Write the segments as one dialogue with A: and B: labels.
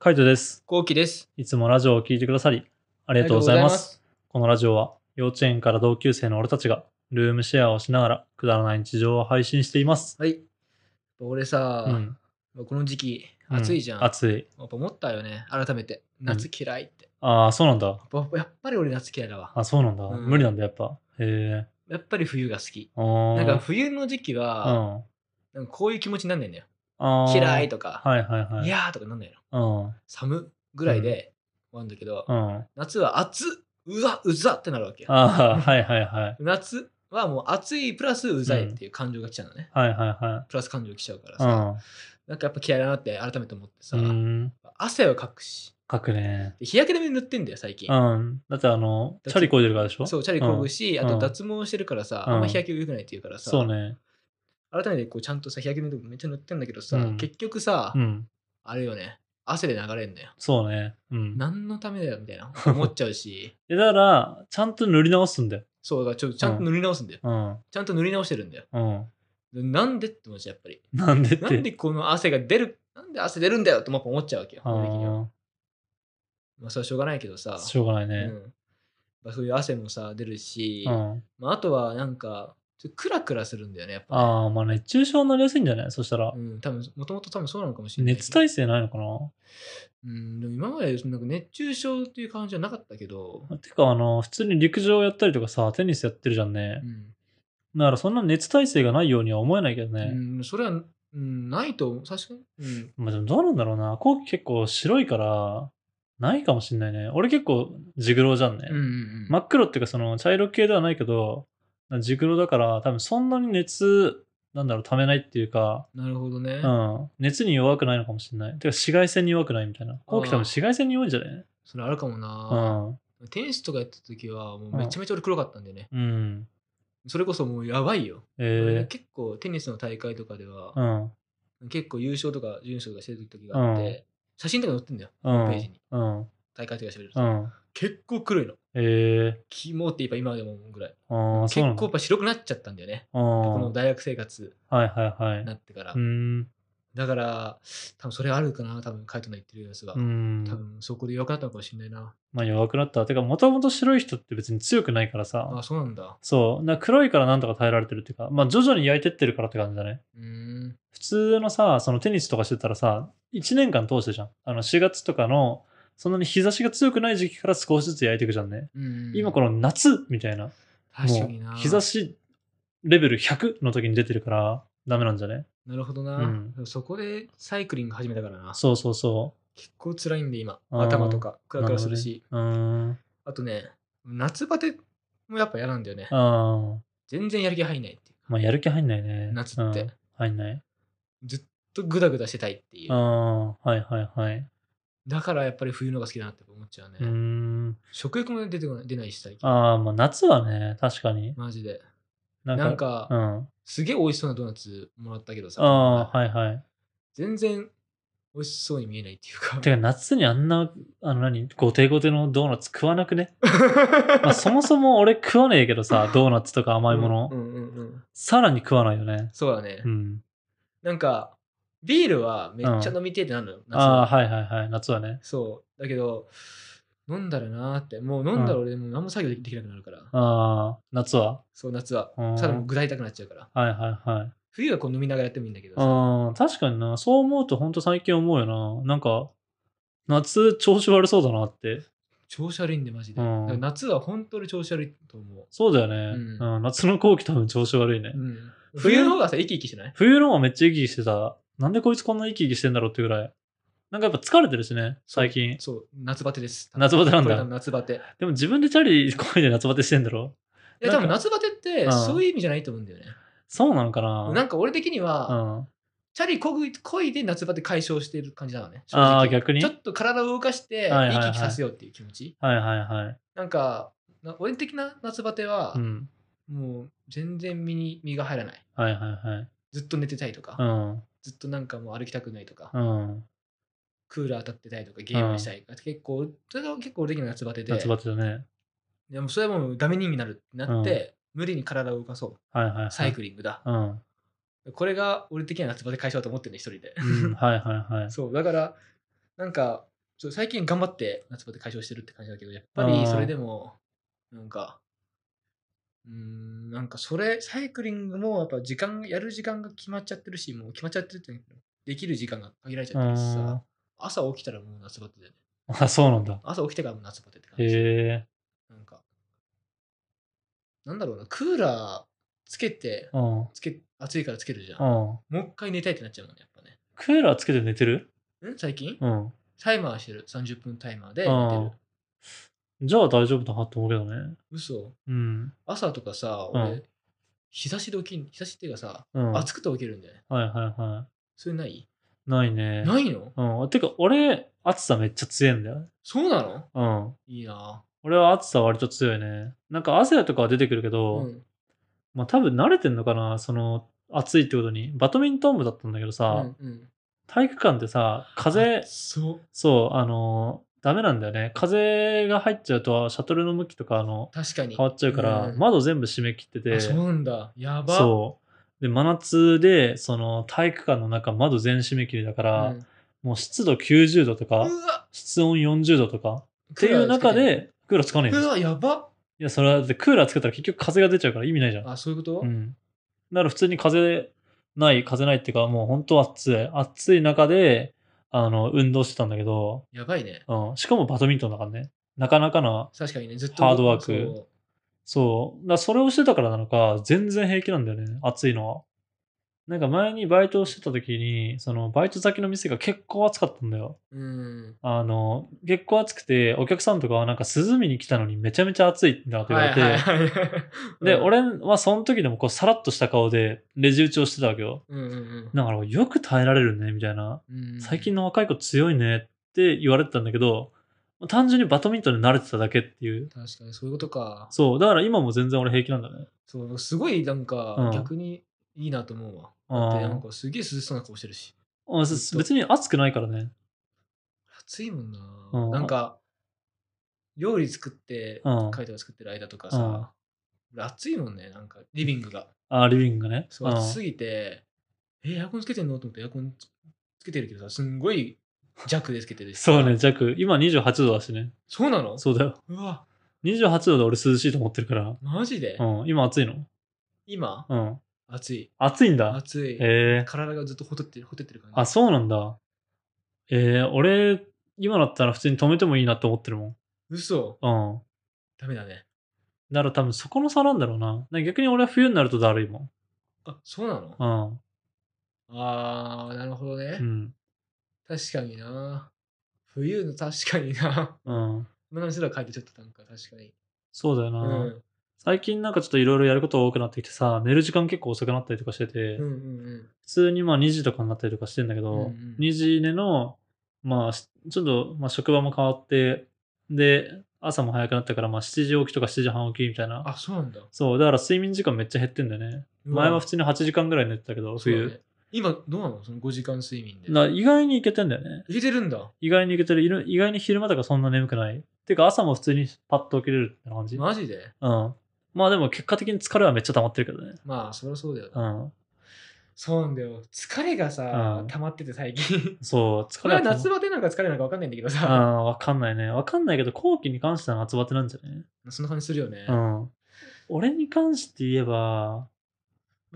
A: カイトです。
B: こうきです。
A: いつもラジオを聞いてくださり、あ
B: あ
A: りがとうございます。。このラジオは、幼稚園から同級生の俺たちが、ルームシェアをしながら、くだらない日常を配信しています。
B: はい。俺さ、
A: うん。
B: この時期暑いじゃん。
A: う暑い。
B: やっぱ思ったよね。改めて。夏嫌いって。
A: ああ、そうなんだ。
B: やっぱやっぱり俺夏嫌いだわ。
A: あそうなんだ。
B: うん
A: 無理なんだ、やっぱ。へえ。
B: やっぱり冬が好き。
A: あー
B: なんか冬の時期
A: う
B: は、
A: ん。
B: なんかこういう気持ちになんないんだよ。
A: あー
B: 嫌い。とか、
A: はいはいはいい。
B: やーとかなんないの。
A: うん。
B: 寒ぐらいで終わるんだけど、
A: うん。あ
B: 夏は暑っうわうざってなるわけ。
A: あー、はいはいはい。
B: 夏はもう暑いプラスうざいっていう感情が来ちゃうのね。
A: はいは
B: プラス感情来ちゃうから
A: い
B: さ、
A: は
B: なんかやっぱ嫌いだなって改めて思って
A: い。う
B: さ、
A: ん。うん。
B: 汗をかくし、
A: 書くね。
B: で日焼け止め塗ってんだよ最近、
A: うん。だってあの、チャリこいでるからでしょ。
B: そううチャリこぐし、
A: ん
B: あ
A: う
B: と
A: ん
B: 脱毛してるからさ、
A: うん
B: あんま日焼け良くないっていうからさ
A: そうね。
B: 改めてこうちゃんとさ日焼け止めとかめっちゃ塗ってんだけどさ、
A: うん
B: 結局さ、
A: うん。
B: あれよね汗で流れんのよ
A: そうね。うん。
B: 何のためだよみたいな思っちゃう し
A: えだから、ちゃんと塗り直すんだよ。
B: そうだからちょちゃんと塗り直すんだよ、
A: うん。
B: ちゃんと塗り直してるんだよ
A: うん。
B: でなんでって思っちゃうやっぱり
A: なんでって。
B: なんでこの汗が出るなんで汗出るんだよってもう思っちゃうわけよ
A: あ
B: 俺的には
A: ー
B: まあそれはしょうがないけどさ
A: しょうがないうね。
B: んまあ、そういう汗もさ出るし、
A: うん。
B: まあ、あとはなんかちょっとクラクラするんだよねやっぱね、
A: ああ、まあ熱中症になりやすいんじゃないそしたら
B: う。ん、多分もともと多分そうなのかもしれないけど。
A: 熱耐性ないのかな
B: うん、でも今までなんか熱中症っていう感じはなかったけど、
A: てか、あの、普通に陸上やったりとかさ、テニスやってるじゃんね
B: う。ん、
A: だからそんな熱耐性がないようには思えないけどね。
B: うん、それは、うん、ないと思う、確かに。うん、
A: まあでもどうなんだろうな。後期結構白いから、ないかもしんないね。俺結構ジグロじゃんね。
B: うん、うん。
A: 真っ黒っていうかその茶色系ではないけど、ジグロだから多分そんなに熱、なんだろう、溜めないっていうか、
B: なるほどね、
A: うん。熱に弱くないのかもしれない。てか紫外線に弱くないみたいな。後期多分紫外線に弱いんじゃない
B: それあるかも
A: う
B: な。
A: ん。
B: テニスとかやった時は、もうめちゃめちゃ俺黒かったんでね。
A: うん。
B: それこそもうやばいよ。俺ね
A: え
B: 結構テニスの大会とかでは
A: ー、、うん。
B: 結構優勝とか準優勝とかしてる時があって、
A: うん
B: 写真とか載ってんだよ、
A: う
B: ホームページ
A: ん
B: に。。
A: うん。
B: 大会とかしてると、
A: うん。
B: 結構黒いの。
A: え
B: キモって言えば今でもぐらい。
A: ー、ああ、
B: 結
A: そうなん
B: 構やっぱ白くなっちゃったんだよね。
A: う
B: こ
A: ん。
B: の
A: はい
B: 大学生活
A: はいはい
B: に。なってから。
A: うん。
B: だから、多分それあるかな、多分カイトの言ってるやつは。
A: うん
B: 多。分そこで弱くなったのかもしれないな。
A: まあ弱くなった。てか、もともと白い人って別に強くないから
B: あ
A: さ。
B: そうなんだ。
A: そう。な黒いからなんとか耐えられてるっていうか、まあ徐々に焼いてってるからって感じだね。
B: うーん。
A: 普通のさ、そのテニスとかしてたらさ、1年間通してじゃん。あの4月とかの、そんなに日差しが強くない時期から少しずつ焼いていくじゃんね。
B: うん、
A: 今この夏みたいな。
B: 確かにな。
A: もう日差しレベル100の時に出てるからダメなんじゃね
B: なるほどな、
A: うん
B: そこでサイクリング始めたからな。
A: そうそうそ
B: 結構辛いんで今。
A: あー
B: 頭とか、
A: う。
B: クラクラするし。
A: なるほどね。
B: あとね、夏バテもやっぱ嫌なんだよね
A: う。ーん。あー
B: 全然やる気入んないっていう。
A: まあやる気入んないね。
B: 夏って
A: うん入んない。
B: ずっとグダグダしてたいっていう
A: あ。あ、はいはいはい。
B: だからやっぱり冬のが好きだなって思っちゃうね。
A: うーん。
B: 食欲も出てこない出ないし最近。
A: ああ、まあ夏はね、確かに。
B: マジで。
A: な
B: なん
A: か、
B: か、
A: うん。
B: すげえ美味しそうなドーナツもらったけどさ、
A: ああー、はいはい。
B: 全然美味しそうに見えないっていうか。
A: てか夏にあんな、あの何、ごてごてのドーナツ食わなくね。まあそもそも俺食わねえけど さ、ドーナツとか甘いもの。
B: うんうんうんうん。
A: さらに食わないよね。
B: そうだね。
A: うん。
B: なんか、ビールはめっちゃ飲みてえってなるのよ。夏は
A: ああー、はいはいはい。夏はね。
B: そう。だけど、飲んだらなーって、もう飲んだら俺もう何も作業できなくなるから、
A: ああ、夏は。
B: そう、夏は
A: う。ん
B: ただもう具体たくなっちゃうから。
A: はいはいはい。
B: 冬はこう飲みながらやってもいいんだけどさ。
A: ああ、確かにな。そう思うと本当最近思うよな。なんか、夏調子悪そうだなって。
B: 調子悪いんで、マジで。
A: うん
B: だから夏は本当に調子悪いと思う。
A: そうだよね。
B: う
A: うん、夏の後期多分調子悪いね。
B: うん、冬の方がさ、生き生きしてない
A: 冬の方がめっちゃ生き生きしてた。なんでこいつこんな生き生きしてんだろうってぐらい。なんかやっぱ疲れてるしね、最近。
B: そう、夏バテです。
A: 夏バテなんだ
B: これ多分夏バテ。
A: でも自分でチャリこいで夏バテしてんだろ
B: いや、
A: な
B: 多
A: んか
B: 分夏バテって、
A: うん
B: そういう意味じゃないと思うんだよね。
A: そうなのかな
B: なんか俺的に
A: う
B: は、
A: ん。あ
B: チャリこぐ、こいで夏バテ解消してる感じなのね。正直
A: あー、逆に
B: ちょ
A: はい
B: っと体を動かして、
A: はいはい
B: 生
A: はい
B: き生きさせようっていう気持ち。
A: はいはい。
B: なんか、な俺的な夏バテは
A: う、ん。
B: もう全然身に身が入らない。
A: はいはいはい。
B: ずっと寝てたいとか、
A: うん。
B: ずっとなんかもう歩きたくないとか、
A: うん。
B: クーラー当たってたいとか、ゲームしたいとか、結構、それが結構俺的な夏バテで、
A: 夏バテだね。
B: でもそれはもうダメ人になるってなって、無理に体を動かそう。
A: はいはいはい。
B: サイクリングだ。
A: うん。
B: こ れが俺的には夏バテ解消だと思ってるね、一人で。
A: うん。はいはいはい。
B: そう、だから、なんか、そう最近頑張って夏バテ解消してるって感じだけど、やっぱりそれでも、なんか、うーん、なんかそれ、サイクリングもやっぱ時間、やる時間が決まっちゃってるし、もう決まっちゃってるっていうのできる時間が限られちゃってるしさ、朝起きたらもう夏バテだよね。
A: うんあ、そうなんだ。
B: 朝起きてからも夏バテって感じ。
A: へえ。
B: なんか、なんだろうな、クーラーつけて、
A: うん。
B: つけ暑いからつけるじゃん。
A: うん。
B: もう一回寝たいってなっちゃうもんね、やっぱね。
A: クーラーつけて寝てる
B: ん最近
A: うん。
B: タイマーしてる。30分タイマーで寝て
A: あ
B: る
A: あ。じゃあ大丈夫だなと思うけどね。
B: 嘘。
A: うん。
B: 朝とかさ、
A: うん
B: 俺、日差しで起きん、日差しっていうかさ、
A: うん。はい
B: 暑くて起きるんだよね。
A: はいは
B: それない
A: い。ないね。
B: ないの
A: うん。てか、俺、暑さめっちゃ強いんだよ。
B: そうなの
A: うん。
B: いいな
A: 俺は暑さ割と強いね。なんか汗とかは出てくるけ
B: ぁ
A: ど、
B: うん。
A: まあ多分慣れてんのかな、その暑いってことに。バドミントン部だったんだけどさ、
B: うんうん、
A: 体育館ってさ、風、
B: そう。
A: そう、あのー、ダメなんだよね。風が入っちゃうと、シャトルの向きとか、あの、
B: 確かに。
A: 変わっちゃうから、
B: ん
A: 窓全部閉め切ってて、
B: あそうなんだ。やば。
A: そう。で、真夏で、その、体育館の中、窓全閉め切りだか
B: う
A: ら、
B: ん。
A: もう湿度90度とか、
B: うわ
A: 室温40度とか、
B: っ
A: っていう中、で、クーラーつかないん
B: う
A: ですよ。
B: わ、やば。
A: いや、それは、だってクーラーつけたら結局風が出ちゃうから意味ないじゃん。
B: あ、そういうこと、
A: うん。だから普通に風ない、風ないっていうか、もう本当暑い。暑い中で、あの、運動してたんだけど、
B: やばいね。
A: うん。しかもバドミントンだからね。なかなかな、
B: 確かにね、ずっと。
A: ハードワーク
B: そう
A: そう。だからそれをしてたからなのか、全然平気なんだよね。暑いのは。なんか前にバイトをしてた時に、そのバイト先の店が結構暑かったんだよ。
B: うん。
A: あの、結構暑くて、お客さんとかはなんか涼みに来たのにめちゃめちゃ暑いんだって言われて、
B: はい。
A: で、
B: うん、
A: 俺はその時でもこうさらっとした顔でレジ打ちをしてたわけよ。
B: うんうん
A: だからよく耐えられるね、みたいな。
B: うん、うん
A: 最近の若い子強いねって言われてたんだけど、単純にバドミントンに慣れてただけっていう。
B: 確かにそういうことか。
A: そう、だから今も全然俺平気なんだね。
B: そう、すごいなん
A: う
B: か
A: ん
B: 逆にいいなと思うわ。
A: あ
B: だ
A: ー
B: ってなんかすげえ涼しそうな顔してるし。
A: あす別に暑くないからね。
B: 暑いもんな。
A: うん
B: なんか、料理作って、
A: うん
B: カイトが作ってる間とかさ、俺暑いもんね、なんかリビングが。
A: あリビングがね。
B: そう、
A: ん
B: 暑すぎて、え、エアコンつけてんのと思ってエアコンつつけてるけどさ、すんごい弱でつけてるし。
A: そうね、。弱。今28度だしね。
B: そうなの
A: そうだよ。
B: うわ、
A: 28度で俺涼しいと思ってるから。
B: マジで、
A: うん、今暑いの
B: 今、
A: うん。
B: 暑い。
A: 暑いんだ。
B: 暑い。
A: ええ
B: 体がずっとほてってる、ほてってる感じ。
A: あ、そうなんだ。えー、俺、今だったら普通に止めてもいいなって思ってるも
B: 嘘
A: ん。うん。
B: ダメだね。
A: だから多分そこの差なんだろうな。なんか逆に俺は冬になるとだるいもん。
B: あ、そうなの
A: うん。
B: あー、なるほどね
A: う。ん。
B: 確かにな。冬の確かにな。
A: うん。
B: 今の人ら書いてちょっとなんか確かに。
A: そうだよ
B: う
A: な。
B: ん。
A: 最近なんかちょっといろいろやることが多くなってきてさ、寝る時間結構遅くなったりとかしてて、
B: うんうん
A: 普通にまあ2時とかになったりとかしてんだけど、
B: うんうん
A: 2時寝の、まあし、ちょっと、まあ、職場も変わって、で、朝も早くなったから、まあ、7時起きとか7時半起きみたい
B: あ、
A: な。
B: そうなんだ。
A: そう、だから睡眠時間めっちゃ減ってんだよね。前は普
B: 通
A: 通に8時間ぐらい寝てたけど、冬。
B: 今どうなのその5時間睡眠で。
A: な意外にいけてんだよね。
B: いけてるんだ。
A: 意外にいけてるいる。意外に昼間とかそんな眠くない。てか朝も普通にパッと起きれるって感じ。
B: マジで
A: うん。まあでも結果的に疲れはめっちゃ溜まってるけどね。
B: まあ、そりゃそうだよ
A: う
B: な。
A: ん。
B: そうなんだよ。疲れがさ、
A: うん
B: 溜まってて最 近。
A: そう、疲
B: こ
A: れは
B: れは
A: 溜まっ
B: 夏バテなのか疲れなのか分かんないんだけど
A: あ
B: さ。
A: あ、わかんないね。わかんないけど、後期に関しては夏バテなんじゃね
B: そんな感じするよね
A: う。ん。俺に関して言えば、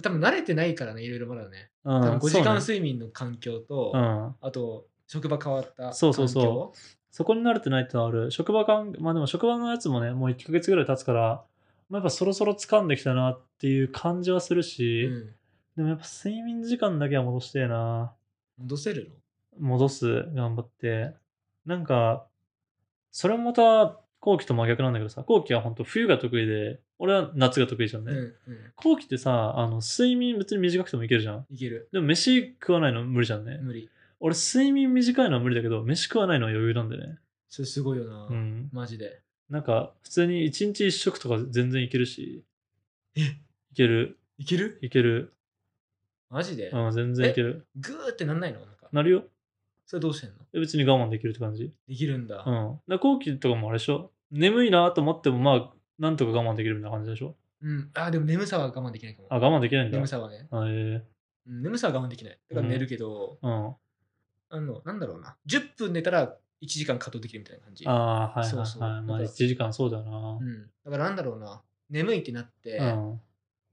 B: 多分慣れてないからね、いろいろまだね。
A: うん
B: 多分5時間
A: そうね
B: 睡眠の環境と、
A: うん。
B: あと、職場変わった環境。
A: そうそうそそこに慣れてないってのはある。職場間、まあでも職場のやつもね、もう1ヶ月ぐらい経つから、まあ、やっぱそろそろ掴んできたなっていう感じはするし、
B: うん。
A: でもやっぱ睡眠時間だけは戻してえな。
B: 戻せるの
A: 戻す、頑張って。なんか、それもまた、後期と真逆なんだけどさ、後期は本当冬が得意で、俺は夏が得意じゃんね。
B: うんうん。
A: 後期ってさあの睡眠別に短くてもいけるじゃん
B: いける。
A: でも飯食わないの無理じゃんね、
B: 無理。
A: 俺睡眠短いのは無理だけど飯食わないのは余裕なんでね
B: それすごいよな。
A: うん
B: マジで。
A: なんか普通に一日一食とか全然いけるし
B: え
A: いける
B: いける
A: いける
B: マジで
A: うん全然いける
B: グーってなんないのなんか。
A: なるよ
B: それどうしてんの
A: 別に我慢できるって感じ
B: できるんだ。
A: うんだから後期とかもあれでしょ眠いなと思ってもまあなんとか我慢できるみたいな感じでしょ
B: うん。あ、でも眠さは我慢できないかも。
A: あ我慢できないんだ
B: 眠さはね。
A: あえ
B: うん眠さは我慢できない。だから寝るけど、
A: ー、うん
B: あの、なんだろうな。10分寝たら1時間稼働できるみたいな感じ。
A: ああ、はいはい、はい。
B: そうそう
A: まあ、
B: だから
A: 1時間そうだよな
B: う。ん、だからなんだろうな、眠いってなって、
A: うん。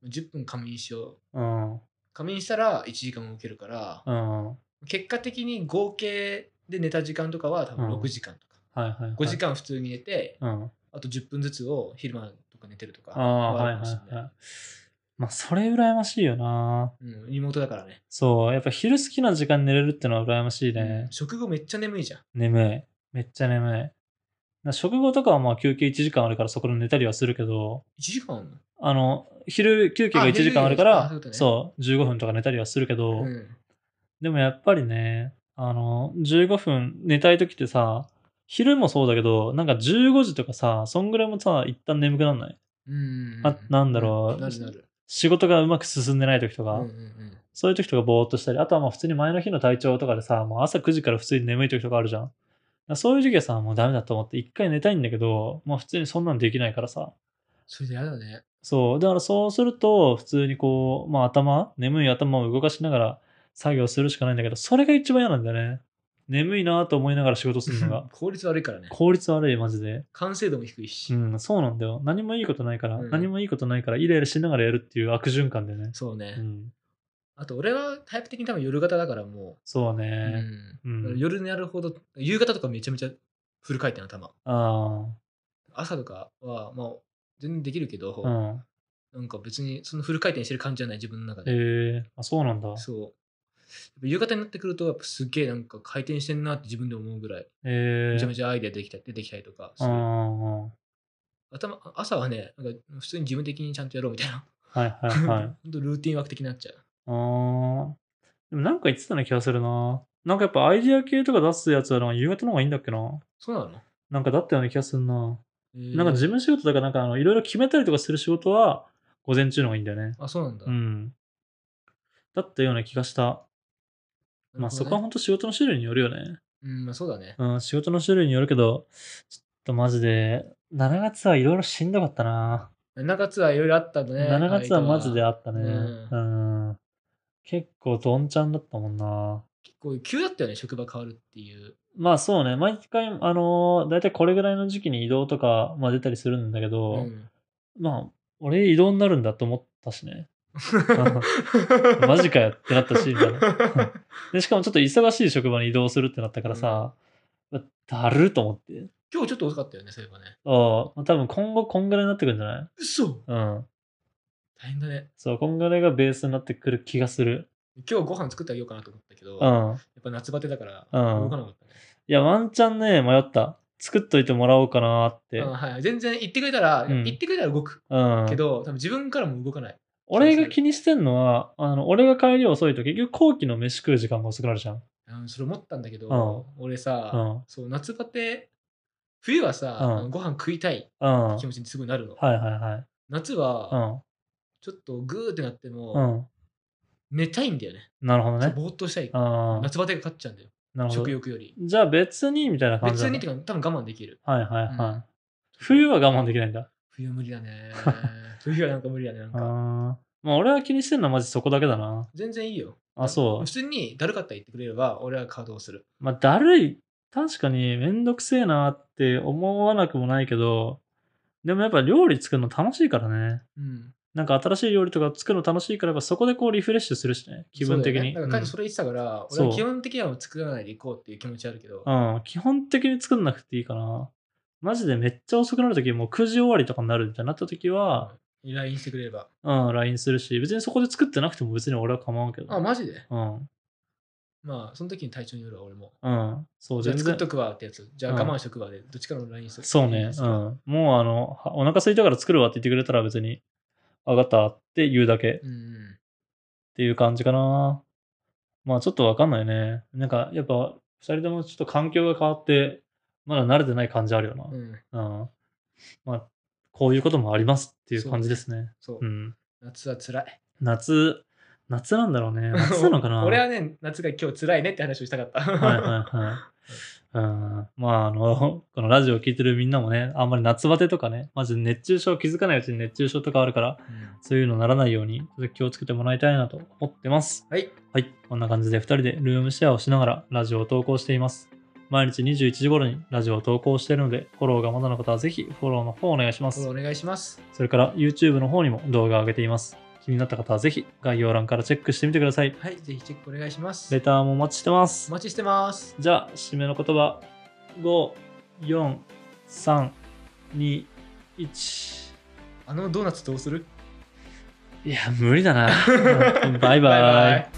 B: 10分仮眠しよう。
A: うん。
B: 仮眠したら1時間も受けるから、
A: うん。はい
B: 結果的に合計で寝た時間とかは多分
A: うん
B: 6時間とか、
A: はい、はい。
B: 5時間普通に寝て、
A: うん。
B: あと10分ずつを昼間とか寝てるとか
A: ああ、
B: は
A: は
B: あ
A: いは
B: るかもしれない
A: いはい。まあ、それ羨ましいよな。
B: うん、リモートだからね
A: そう、やっぱ昼好きな時間に寝れるってのは羨ましいね
B: うん。食後めっちゃ眠いじゃん。
A: 眠い。めっちゃ眠い。な食後とかはまあ休憩1時間あるからそこで寝たりはするけど、
B: 1時間あんの
A: あの、昼休憩が
B: あ
A: 1時間あるから、
B: 昼休憩あ
A: そう、15分とか寝たりはするけど、
B: うん
A: でもやっぱりね、あの、15分寝たい時ってさ、昼もそうだけど、なんか15時とかさ、そんぐらいもさ、一旦眠くなんない
B: うん。
A: あなんだろう
B: なるなる。
A: 仕事がうまく進んでない時と
B: う
A: か、
B: んうんうん
A: そういう時とかぼーっとしたり、あとはまあ普通に前の日の体調とかでさ、もう朝9時から普通に眠い時とかあるじゃん。だからそういう時はさ、もうダメだと思って一回寝たいんだけど、まあ普通にそんなんできないからさ。
B: それでやだね。。
A: そう、だからそうすると、普通にこう、まあ頭、眠い頭を動かしながら作業するしかないんだけど、それが一番嫌なんだよね。眠いなと思いながら仕事するのが
B: 効率悪いからね。
A: 効率悪い、マジで。
B: 完成度も低いうし。
A: ん、そうなんだよ。何もいいことないから、
B: うん
A: 何もいいことないから、イライラしながらやるっていう悪循環だよね。
B: そう
A: う
B: ね。
A: ん、
B: あと俺はタイプ的に多分夜型だからも
A: そう
B: う、う
A: ね。
B: ん
A: うん。
B: 夜にやるほど、夕方とかめちゃめちゃフル回転頭。
A: あ
B: 朝とかはまあ全然できるけど
A: あ、う、ん。
B: なんか別にそのフル回転してる感じじゃない自分の中
A: え
B: で。
A: えあ、そうなんだ。
B: そう。やっぱ夕方になってくるとやっぱすっげえなんか回転してんなって自分で思うぐらい
A: ええ
B: めちゃめちゃアイデアできた出てきたりとかす
A: あ
B: る
A: あ、
B: 頭朝はねなんか普通に自分的にちゃんとやろうみたいな
A: はいはいは い。あ
B: ほんとルーティン枠的になっちゃう
A: あー。でもなんか言ってたような気がするな。なんかやっぱアイディア系とか出すやつはなんか夕方の方がいいんだっけな。
B: そうなの、
A: なんかだったような気がするな。
B: えー
A: なんか事務仕事とかなんかあのいろいろ決めたりとかする仕事は午前中の方がいいんだよね。
B: あそうなんだ、
A: う
B: なる
A: ん。だったような気がした。
B: ほどね
A: まあそこは本当仕事の種類によるよね。
B: うんまあそうだね
A: うん、仕事の種類によるけど、ちょっとマジで、7月はいろいろしんどかったな。
B: 7月はいろいろあったんだね
A: 7月はマジであったね。う。
B: うん
A: 結構どんちゃんだったもんな。
B: 結構急だったよね職場変わるっていう
A: まあそうね、毎回、あのー、大体これぐらいの時期に移動とか、まあ、出たりするんだけど、
B: うん
A: まあ、俺移動になるんだと思ったしね。 マジかよってなったし、みたいな。 で、しかもちょっと忙しい職場に移動するってなったからさ、うわだるっと思って。
B: 今日ちょっと遅かったよねそういえばね
A: ああ、まあ多分今後こんぐらいになってくるんじゃない
B: 嘘
A: うん。
B: 大変だね
A: そう、こんぐらいがベースになってくる気がする。
B: 今日ご飯作ってあげようかなと思ったけど、
A: う
B: やっ
A: ん。
B: ぱ夏バテだから
A: うん
B: 動かなかったね、
A: いや、ワンチャンね、迷った。作っといてもらおうかなって。
B: うんはい、全然言ってくれたら、
A: うん
B: 言ってくれたら動く
A: うん。
B: けど、多分自分からも動かない
A: 俺が気にしてんのは、あの俺が帰り遅いと結局後期の飯食う時間が遅くなるじゃん。
B: うんそれ思ったんだけど、
A: う
B: 俺さ、
A: うん。
B: そう夏バテ冬はさ、
A: うん
B: あのご飯食いたい
A: うん。はい
B: 気持ちにすぐなるの、
A: はいはい。
B: 夏
A: う
B: は
A: ん。
B: ちょっとグーってなっても、
A: うん。
B: 寝たいんだよね
A: なるほど
B: そう
A: ね。
B: ぼーっとしたい、
A: ああ。
B: 夏バテが勝っちゃうんだよ
A: なるほ
B: 食
A: ど。
B: 欲より
A: じゃあ別にみたいな感じ
B: 別
A: だ
B: に
A: ね
B: っていうか多分我慢できる
A: はいはいはい。
B: うん
A: 冬は我慢できないんだ。
B: 冬無理 だね冬はなんか無理だねなん
A: あ
B: か
A: あ。まあ俺は気にしてんのはマジそこだけだな。
B: 全然いいよ
A: あそう
B: 普通にだるかったら言ってくれれば俺は稼働する
A: まあだるい。確かにめんどくせえなって思わなくもないけど、でもやっぱ料理作るの楽しいからね。
B: うん
A: なんか新しい料理とか作るの楽しいからやっぱそこでこうリフレッシュするしね。気分的に。
B: そうだよねだから彼女それ言ってたから、
A: うん
B: 俺は
A: そう
B: 基本的にはもう作らないでいこうっていう気持ちあるけど、
A: うん、基本的に作んなくていいかな。マジでめっちゃ遅くなるとき、もう9時終わりとかになるみたいになったときは、
B: 依頼してくれれば
A: うん、LINE するし、別にそこで作ってなくても別に俺は構わんけど。
B: あマジで
A: うん、
B: まあその時に体調によるわ俺も
A: うん、そう、
B: じゃ
A: 全
B: あ作っ
A: 然。
B: とくわってやつじゃあ
A: うん
B: 我慢しとくわで、どっちかの LINE する
A: そうね、うん。もうあの、はお腹空いたから作るわって言ってくれたら別に、あがったって言うだけっ
B: うんうん
A: ていう感じかな。まあちょっとわかんないね。なんかやっぱ、二人ともちょっと環境が変わって、まだ慣れてない感じあるよ
B: うん、うん、
A: な。うん。まあ、こういうこともありますっていう感じですね。
B: そう、
A: うん。
B: 夏は辛い
A: 夏、夏なんだろうね。夏なのかな
B: 俺はね夏が今日辛いねって話をしたかった
A: はいはいはい。 うん、まああの、このラジオを聞いてるみんなもね、あんまり夏バテとかね、まず熱中症気づかないうちに熱中症とかあるから、
B: うん
A: そういうのならないように気をつけてもらいたいなと思ってます。
B: はい
A: はい、こんな感じで2人でルームシェアをしながらラジオを投稿しています。毎日21時頃にラジオを投稿しているので、フォローがまだの方はぜひフォローの方お願いしま
B: フォ
A: す。
B: ローお願いします。
A: それから YouTube の方にも動画を上げています。気になった方はぜひ概要欄からチェックしてみてください。
B: はい、ぜひチェックお願いします
A: レ。ターもお待ちしてま
B: お
A: す。
B: 待ちしてます。
A: じゃあ、締めの言葉。5、4、3、2、1。
B: あのドーナツどうする
A: いや、無理だな。バイバイ。
B: バイバイ